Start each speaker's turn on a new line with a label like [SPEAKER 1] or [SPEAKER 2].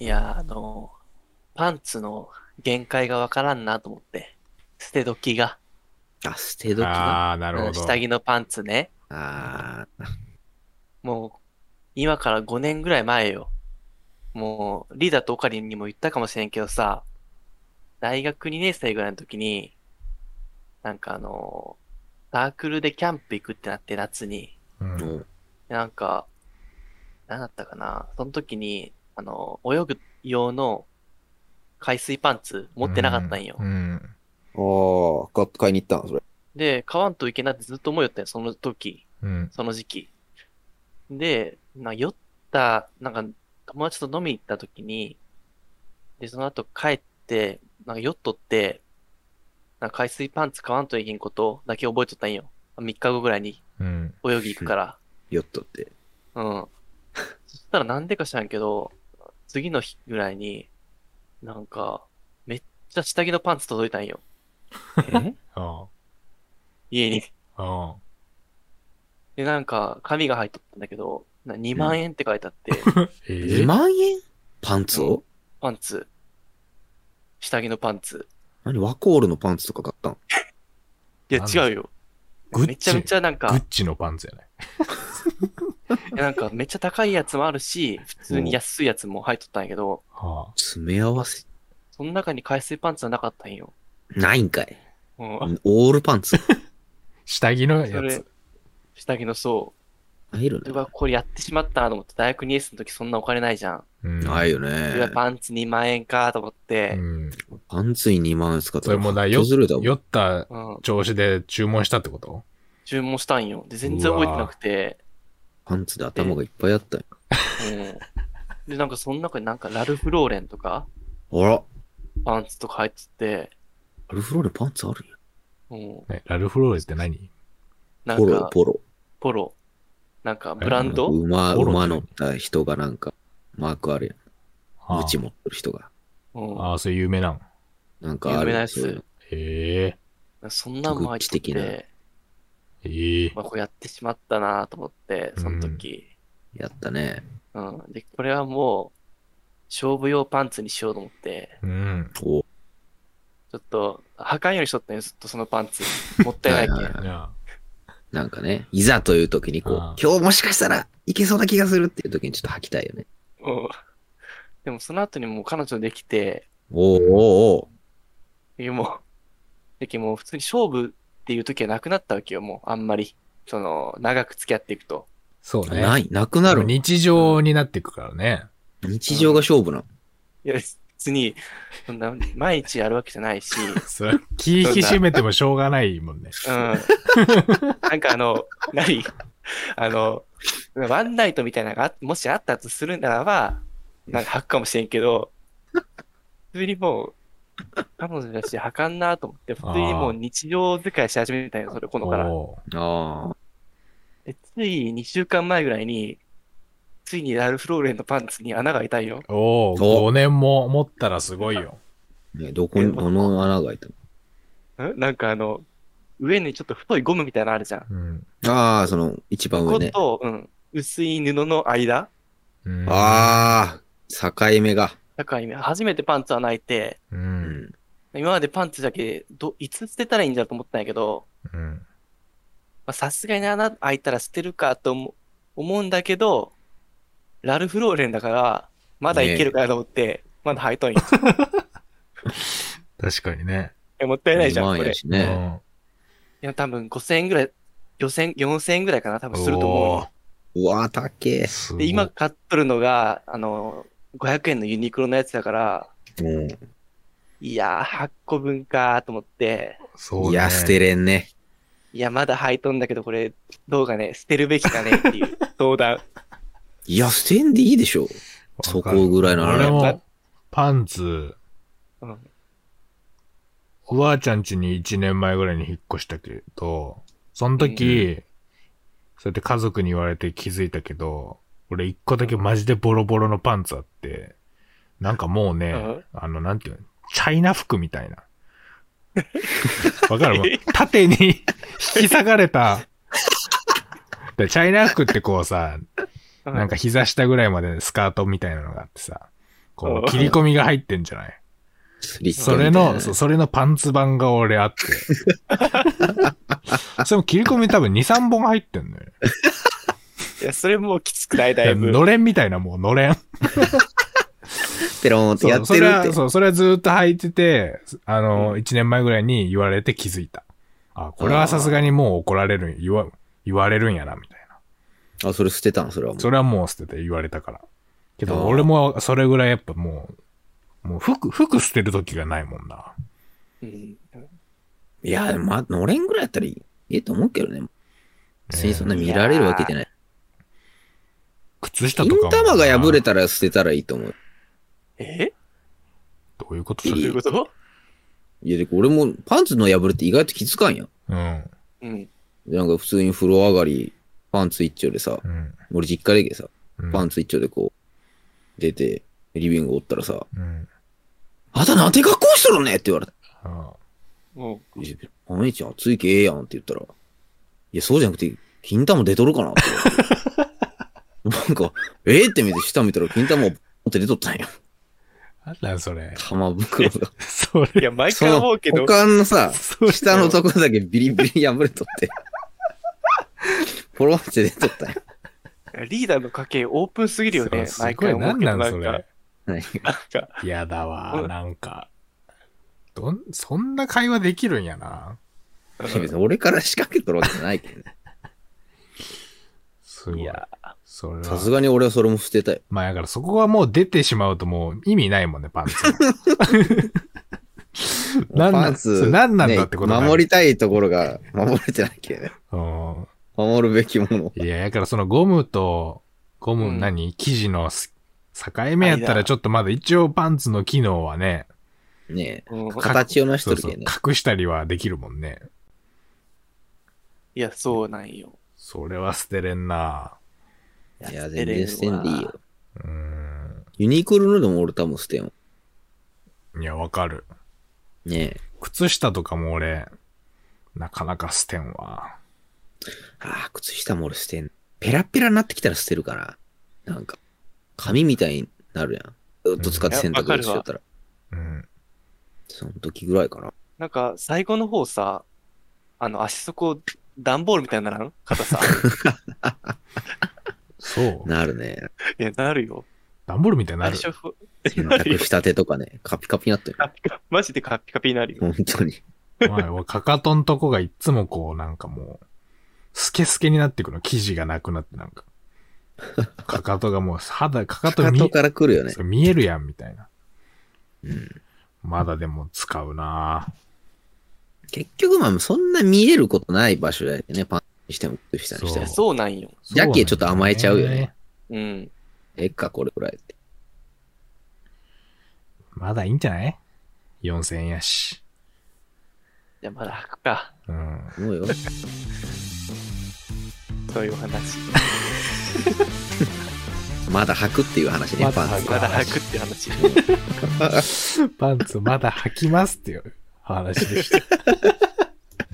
[SPEAKER 1] いや、あの、パンツの限界がわからんなと思って。捨て時が。
[SPEAKER 2] あ、捨て時が。
[SPEAKER 3] ああ、なるほど。
[SPEAKER 1] 下着のパンツね。
[SPEAKER 2] あー
[SPEAKER 1] もう、今から5年ぐらい前よ。もう、リーダーとオカリンにも言ったかもしれんけどさ、大学2年生ぐらいの時に、なんかあの、サークルでキャンプ行くってなって夏に、
[SPEAKER 3] うん
[SPEAKER 2] もう
[SPEAKER 1] なんか、何だったかな、その時に、あの、泳ぐ用の海水パンツ持ってなかったんよ
[SPEAKER 3] う。ん。
[SPEAKER 2] あー、買買いに行ったの、それ。
[SPEAKER 1] で、買わんといけないってずっと思いよったんよ、その時。
[SPEAKER 3] うん。
[SPEAKER 1] その時期。で、な酔った、なんか友達と飲み行った時に、で、その後帰って、なんか酔っとって、なんか海水パンツ買わんといけんことだけ覚えとったんよ。3日後ぐらいに
[SPEAKER 3] うん。
[SPEAKER 1] 泳ぎ行くから。
[SPEAKER 2] ヨットって。
[SPEAKER 1] うん。そしたらなんでか知らんけど、次の日ぐらいに、なんか、めっちゃ下着のパンツ届いたんよ。
[SPEAKER 3] あ
[SPEAKER 1] 家に。
[SPEAKER 3] あ。あ
[SPEAKER 1] で、なんか、紙が入っとったんだけど、な2万円って書いてあ って、
[SPEAKER 3] え
[SPEAKER 2] 2万円パンツを、
[SPEAKER 1] パンツ。下着のパンツ。
[SPEAKER 2] 何ワコールのパンツとか買ったの
[SPEAKER 1] いや、
[SPEAKER 3] なんだ
[SPEAKER 1] 違うよ。
[SPEAKER 3] グッチ
[SPEAKER 1] めちゃめちゃなん
[SPEAKER 3] グッ
[SPEAKER 1] か、
[SPEAKER 3] チのパンツやね。
[SPEAKER 1] いやなんかめっちゃ高いやつもあるし、普通に安いやつも入っとったんやけど、
[SPEAKER 3] は
[SPEAKER 2] 詰め合わせ。
[SPEAKER 1] その中に海水パンツはなかったんよ。
[SPEAKER 2] ないんかい。
[SPEAKER 1] うん、
[SPEAKER 2] オールパンツ。
[SPEAKER 3] あ。下着の
[SPEAKER 1] そ
[SPEAKER 3] や
[SPEAKER 1] れ
[SPEAKER 3] つ。、
[SPEAKER 1] 下着の層。
[SPEAKER 2] 入る
[SPEAKER 1] う
[SPEAKER 2] ね
[SPEAKER 1] わ、。これやってしまったなと思って、大学2年生の時そんなお金ないじゃん。
[SPEAKER 3] うん。
[SPEAKER 2] ないよ
[SPEAKER 1] うわ、
[SPEAKER 2] ね。
[SPEAKER 1] パンツ2万円かと思っ
[SPEAKER 3] う
[SPEAKER 1] て、
[SPEAKER 3] ん。
[SPEAKER 2] パンツに2万円使った
[SPEAKER 3] それもな、
[SPEAKER 2] よ
[SPEAKER 3] 酔
[SPEAKER 2] ずるだもん。
[SPEAKER 3] 酔った
[SPEAKER 1] うん、
[SPEAKER 3] 調子で注文したってこと
[SPEAKER 1] 注文したんよ。で、全然覚えてなくて、
[SPEAKER 2] パンツで頭がいっぱいあったよ。
[SPEAKER 1] うん。で、なんかその中になんかラルフローレンとか、
[SPEAKER 2] あら、
[SPEAKER 1] パンツとか入っとって、
[SPEAKER 2] アルフローレンパンツあるよ。
[SPEAKER 1] うん、
[SPEAKER 3] ね、ラルフローレンって何
[SPEAKER 1] な
[SPEAKER 2] ポ
[SPEAKER 1] ん
[SPEAKER 2] ロ
[SPEAKER 1] か、
[SPEAKER 2] ポロ。
[SPEAKER 1] ポロ。なんか、ブランド
[SPEAKER 2] 馬、
[SPEAKER 3] ポロ
[SPEAKER 2] 馬乗った人がなんか、マークあるやん。
[SPEAKER 3] あ
[SPEAKER 2] ムチ持ってる人が。
[SPEAKER 1] うん。
[SPEAKER 3] ああ、それ有名なん。
[SPEAKER 2] なんかあ
[SPEAKER 1] 有
[SPEAKER 2] る
[SPEAKER 1] 名な
[SPEAKER 2] や
[SPEAKER 1] や
[SPEAKER 2] ん
[SPEAKER 1] つ
[SPEAKER 2] そういうの
[SPEAKER 3] え
[SPEAKER 1] そんなんも入っとっ
[SPEAKER 2] 特殊的な
[SPEAKER 1] て、
[SPEAKER 3] えええ
[SPEAKER 1] まあ、こうやってしまったなと思って、その時。
[SPEAKER 2] やったね。
[SPEAKER 1] うん、で、これはもう、勝負用パンツにしようと思って、
[SPEAKER 3] うん。
[SPEAKER 2] お
[SPEAKER 1] ちょっと、破壊ようにしとったんよ、ずっとそのパンツ。もったいない
[SPEAKER 2] は
[SPEAKER 1] け
[SPEAKER 2] いは
[SPEAKER 1] ん
[SPEAKER 2] い。
[SPEAKER 3] いや、
[SPEAKER 2] なんかね、いざという時にこう
[SPEAKER 3] あ、ー
[SPEAKER 2] 今日もしかしたらいけそうな気がするっていう時にちょっと履きたいよね。
[SPEAKER 1] うんでも、その後にもう彼女できて、
[SPEAKER 2] おーお
[SPEAKER 1] もう、できもう普通に勝負っていう時はなくなったわけよ、もう、あんまり。その、長く付き合っていくと。
[SPEAKER 3] そう
[SPEAKER 2] ーおー
[SPEAKER 3] ね。
[SPEAKER 2] ない、なくなるの。
[SPEAKER 3] 日常になっていくからね。
[SPEAKER 2] 日常が勝負なの。
[SPEAKER 1] いや、別に、そんな、毎日やるわけじゃないし、
[SPEAKER 3] それ、気引き締めてもしょうがないもんね。
[SPEAKER 1] うん。なんかあの、何あの、ワンナイトみたいなのがあもしあったとするならば、なんか履くかもしれんけど、普通にもう、彼女だし、履かんなと思って、普通にもう日常使いし始めたんよ、それ、このから。
[SPEAKER 3] お
[SPEAKER 2] ああ。
[SPEAKER 1] でつい2週間前ぐらいに、ついにラルフローレンのパンツに穴が開いたんよ。
[SPEAKER 3] ーお
[SPEAKER 2] お
[SPEAKER 3] 5年も持ったらすごいよ。
[SPEAKER 2] ね、どこに、どの穴が開いた
[SPEAKER 1] んなんかあの、上にちょっと太いゴムみたいなのあるじゃん。
[SPEAKER 3] うん。
[SPEAKER 2] のああ、その、一番
[SPEAKER 1] こ
[SPEAKER 2] 上
[SPEAKER 1] こ
[SPEAKER 2] ね。
[SPEAKER 1] と、うん、薄い布の間
[SPEAKER 3] うん、
[SPEAKER 2] ああ、境目が。
[SPEAKER 1] だから今、初めてパンツ穴開いて、
[SPEAKER 3] う。
[SPEAKER 2] うんん。
[SPEAKER 1] 今までパンツだけど、いつ捨てたらいいんだと思ったんやけど、
[SPEAKER 3] うん。
[SPEAKER 1] まあさすがに穴開いたら捨てるかと思思うんだけど、ラルフローレンだから、まだいけるかなと思って、まだ履いとんや。
[SPEAKER 3] 確かにね。
[SPEAKER 1] えもったいないじゃん、こ
[SPEAKER 2] 2万
[SPEAKER 1] れ。
[SPEAKER 2] や
[SPEAKER 1] い
[SPEAKER 2] しね。
[SPEAKER 1] や、多分5000円ぐらい、4000、4000円ぐらいかな、多
[SPEAKER 3] うん。
[SPEAKER 1] 分すると思うよ。
[SPEAKER 2] うわー、高え。
[SPEAKER 3] すご
[SPEAKER 1] で、
[SPEAKER 3] い
[SPEAKER 1] 今、買っとるのが、あの、500円のユニクロのやつだから、
[SPEAKER 2] うん
[SPEAKER 1] いやー、8個分かと思って、
[SPEAKER 3] そう、ね、
[SPEAKER 2] いや、捨てれんね。
[SPEAKER 1] いや、まだ履いとんだけど、これ、どうかね、捨てるべきかねって いう相談。
[SPEAKER 2] いや、捨てんでいいでしょ。そこぐらいのあ
[SPEAKER 3] あ
[SPEAKER 2] れ
[SPEAKER 3] れ。も、パンツ、
[SPEAKER 1] うん
[SPEAKER 3] おばあちゃん家に1年前ぐらいに引っ越したけど、その時、そうやって家族に言われて気づいたけど、俺1個だけマジでボロボロのパンツあって、なんかもうね、
[SPEAKER 1] うん
[SPEAKER 3] あの、なんていうの、チャイナ服みたいな。わかるもう縦に引き裂かれた。でチャイナ服ってこうさ、
[SPEAKER 1] うん
[SPEAKER 3] なんか膝下ぐらいまでスカートみたいなのがあってさ、こう、切り込みが入ってんじゃない
[SPEAKER 2] スリット
[SPEAKER 3] そ
[SPEAKER 2] みた
[SPEAKER 3] れ
[SPEAKER 2] いな
[SPEAKER 3] の、そうそれのパンツ版が俺あって。それも切り込み多分2、3本入ってんのよ。
[SPEAKER 1] いや、それもうきつくない、だいぶ。
[SPEAKER 3] のれんみたいなもうのれん。
[SPEAKER 2] ペローンってやっ
[SPEAKER 3] そ
[SPEAKER 2] て
[SPEAKER 3] れ
[SPEAKER 2] るっ
[SPEAKER 3] は、
[SPEAKER 2] て。
[SPEAKER 3] そう、それはずっと履いてて、あの、1年前ぐらいに言われて気づいた。あ、これはさすがにもう怒られるん、言わ、言われるんやな、みたいな。
[SPEAKER 2] あ、それ捨てたんそれはもう。
[SPEAKER 3] それはもう捨てて言われたから。け
[SPEAKER 2] あー
[SPEAKER 3] ど、俺もそれぐらいやっぱもう、もう服、服捨てる時がないもんな。
[SPEAKER 1] うん
[SPEAKER 2] いや、でもまあ、のれんぐらいやったらいいいいと思うけどね。別にそんな
[SPEAKER 1] ねえ
[SPEAKER 2] 見られるわけじゃない。
[SPEAKER 3] 靴下とか
[SPEAKER 2] 金
[SPEAKER 3] も。
[SPEAKER 2] 玉が破れ
[SPEAKER 3] た。
[SPEAKER 2] たら捨てたらいいと思う。
[SPEAKER 1] え
[SPEAKER 3] どういうこと
[SPEAKER 1] ど
[SPEAKER 3] そう
[SPEAKER 1] い
[SPEAKER 3] れ
[SPEAKER 1] うこと
[SPEAKER 2] いや、で俺もパンツの破れって意外と気づかんやん。
[SPEAKER 3] うん。
[SPEAKER 1] うん。
[SPEAKER 2] なんか普通に風呂上がり、パンツ一丁でさ、
[SPEAKER 3] うん。
[SPEAKER 2] 俺実家でけどさ、
[SPEAKER 3] うん
[SPEAKER 2] パンツ一丁でこう、出て、リビングおったらさ、
[SPEAKER 3] うん。
[SPEAKER 2] あなたなんて格好しとるねって言われた。
[SPEAKER 3] あ
[SPEAKER 1] も
[SPEAKER 2] いやお姉ちゃん暑いけええやんって言ったら、いや、そうじゃなくて、金玉出とるかなって言われて なんか、ええって見て、下見たら金玉をポンって出とったんや。
[SPEAKER 3] なんだよそれ。
[SPEAKER 2] 玉袋が。
[SPEAKER 3] そうれ。
[SPEAKER 1] いや、毎
[SPEAKER 2] そ
[SPEAKER 1] 回
[SPEAKER 2] の、
[SPEAKER 1] 思うけど
[SPEAKER 2] 股、間のさ、
[SPEAKER 3] それ
[SPEAKER 2] 下のとこだけビリビリ破れと って、ポロンって出とったんや。
[SPEAKER 1] リーダーの家系オープンすぎるよね。
[SPEAKER 3] す
[SPEAKER 1] 毎
[SPEAKER 3] ご
[SPEAKER 1] 回
[SPEAKER 3] い、な
[SPEAKER 1] 思うんけ
[SPEAKER 3] な
[SPEAKER 1] ど、なんん
[SPEAKER 3] そ
[SPEAKER 1] か
[SPEAKER 3] れ。。
[SPEAKER 2] 何
[SPEAKER 1] なんか、
[SPEAKER 3] 嫌だわ、
[SPEAKER 1] うん
[SPEAKER 3] なんか。どん、そんな会話できるんやな。
[SPEAKER 2] 別に俺から仕掛けとるわけじゃないけどね。
[SPEAKER 3] すごい。
[SPEAKER 1] いや、
[SPEAKER 3] それ
[SPEAKER 2] さ
[SPEAKER 3] は
[SPEAKER 2] す。がに俺はそれも捨てたよ。
[SPEAKER 3] まあ、だからそこはもう出てしまうともう意味な いもんね、パンツ。 なん
[SPEAKER 2] パ
[SPEAKER 3] な
[SPEAKER 2] ン
[SPEAKER 3] ん、
[SPEAKER 2] ツ
[SPEAKER 3] それなんなんだってこと
[SPEAKER 2] ね
[SPEAKER 3] だね
[SPEAKER 2] 守りたいところが守れてないけどね。
[SPEAKER 3] うん。
[SPEAKER 2] 守るべきもの。
[SPEAKER 3] いや、だからそのゴムと、ゴ
[SPEAKER 1] う
[SPEAKER 3] ム
[SPEAKER 1] ん
[SPEAKER 3] 何、生地のす境目やったら
[SPEAKER 1] 間
[SPEAKER 3] ちょっとまだ一応パンツの機能はね、
[SPEAKER 2] ね
[SPEAKER 1] うん
[SPEAKER 2] え形を成し
[SPEAKER 3] そ
[SPEAKER 2] と
[SPEAKER 3] う
[SPEAKER 2] る
[SPEAKER 3] そう
[SPEAKER 2] けどね。
[SPEAKER 3] 隠したりはできるもんね。
[SPEAKER 1] いや、そうなんよ。
[SPEAKER 3] それは捨てれんない
[SPEAKER 2] や、全然捨てんでいいよ。
[SPEAKER 3] うーん。
[SPEAKER 2] ユニクロのでも俺多分捨てんわ。
[SPEAKER 3] いや、わかる。
[SPEAKER 2] ねえ。
[SPEAKER 3] 靴下とかも俺、なかなか捨てんわ。
[SPEAKER 2] ああ、靴下も俺捨てん。ペラペラになってきたら捨てるから。なんか、紙みたいになるやん。ずっと使って洗濯しちゃったら。
[SPEAKER 3] うん。
[SPEAKER 2] その時ぐらいかな。
[SPEAKER 1] なんか、最後の方さ、あの、足底、段ボールみたいにならん硬 さ。
[SPEAKER 3] そう。
[SPEAKER 2] なるね。
[SPEAKER 1] いや、なるよ。
[SPEAKER 3] ダンボールみたいにな
[SPEAKER 1] 最
[SPEAKER 3] る。
[SPEAKER 1] 初、
[SPEAKER 2] 洗
[SPEAKER 1] なる
[SPEAKER 2] 濯
[SPEAKER 1] よ。
[SPEAKER 2] したてと かね、カピカピになってる。
[SPEAKER 1] カピカ マジでカピカピになるよ。
[SPEAKER 2] 本当に。
[SPEAKER 3] まあ俺かかとんとこがいっつもこう、なんかもう、スケスケになってくの。生地がなくなって、な んか。かかとがもう、肌、かか
[SPEAKER 2] か
[SPEAKER 3] と
[SPEAKER 2] か
[SPEAKER 3] 見
[SPEAKER 2] とから来るよね
[SPEAKER 3] そ。う見えるやん、みたいな。
[SPEAKER 2] うん
[SPEAKER 3] まだでも使うな
[SPEAKER 2] 結局まあ、そんな見えることない場所だよね。パンツにしても靴下にし
[SPEAKER 1] い
[SPEAKER 2] て
[SPEAKER 1] や、
[SPEAKER 2] も。
[SPEAKER 3] そ
[SPEAKER 1] そうなんよ。
[SPEAKER 2] ジャッキーちょっと甘えちゃうよね
[SPEAKER 3] そなんだ
[SPEAKER 1] うん。
[SPEAKER 2] えっか、これぐらいって。
[SPEAKER 3] まだいいんじゃない ?4000 円やし。
[SPEAKER 1] じゃあ、まだ履くか。
[SPEAKER 3] うん。
[SPEAKER 2] 思うよ。
[SPEAKER 1] そういうお話。
[SPEAKER 2] まだ履くっていう話ね、
[SPEAKER 3] ま
[SPEAKER 2] パ
[SPEAKER 3] だ
[SPEAKER 2] ンツ。
[SPEAKER 1] まだ履くって話。
[SPEAKER 3] パンツまだ履きますっていう話でした。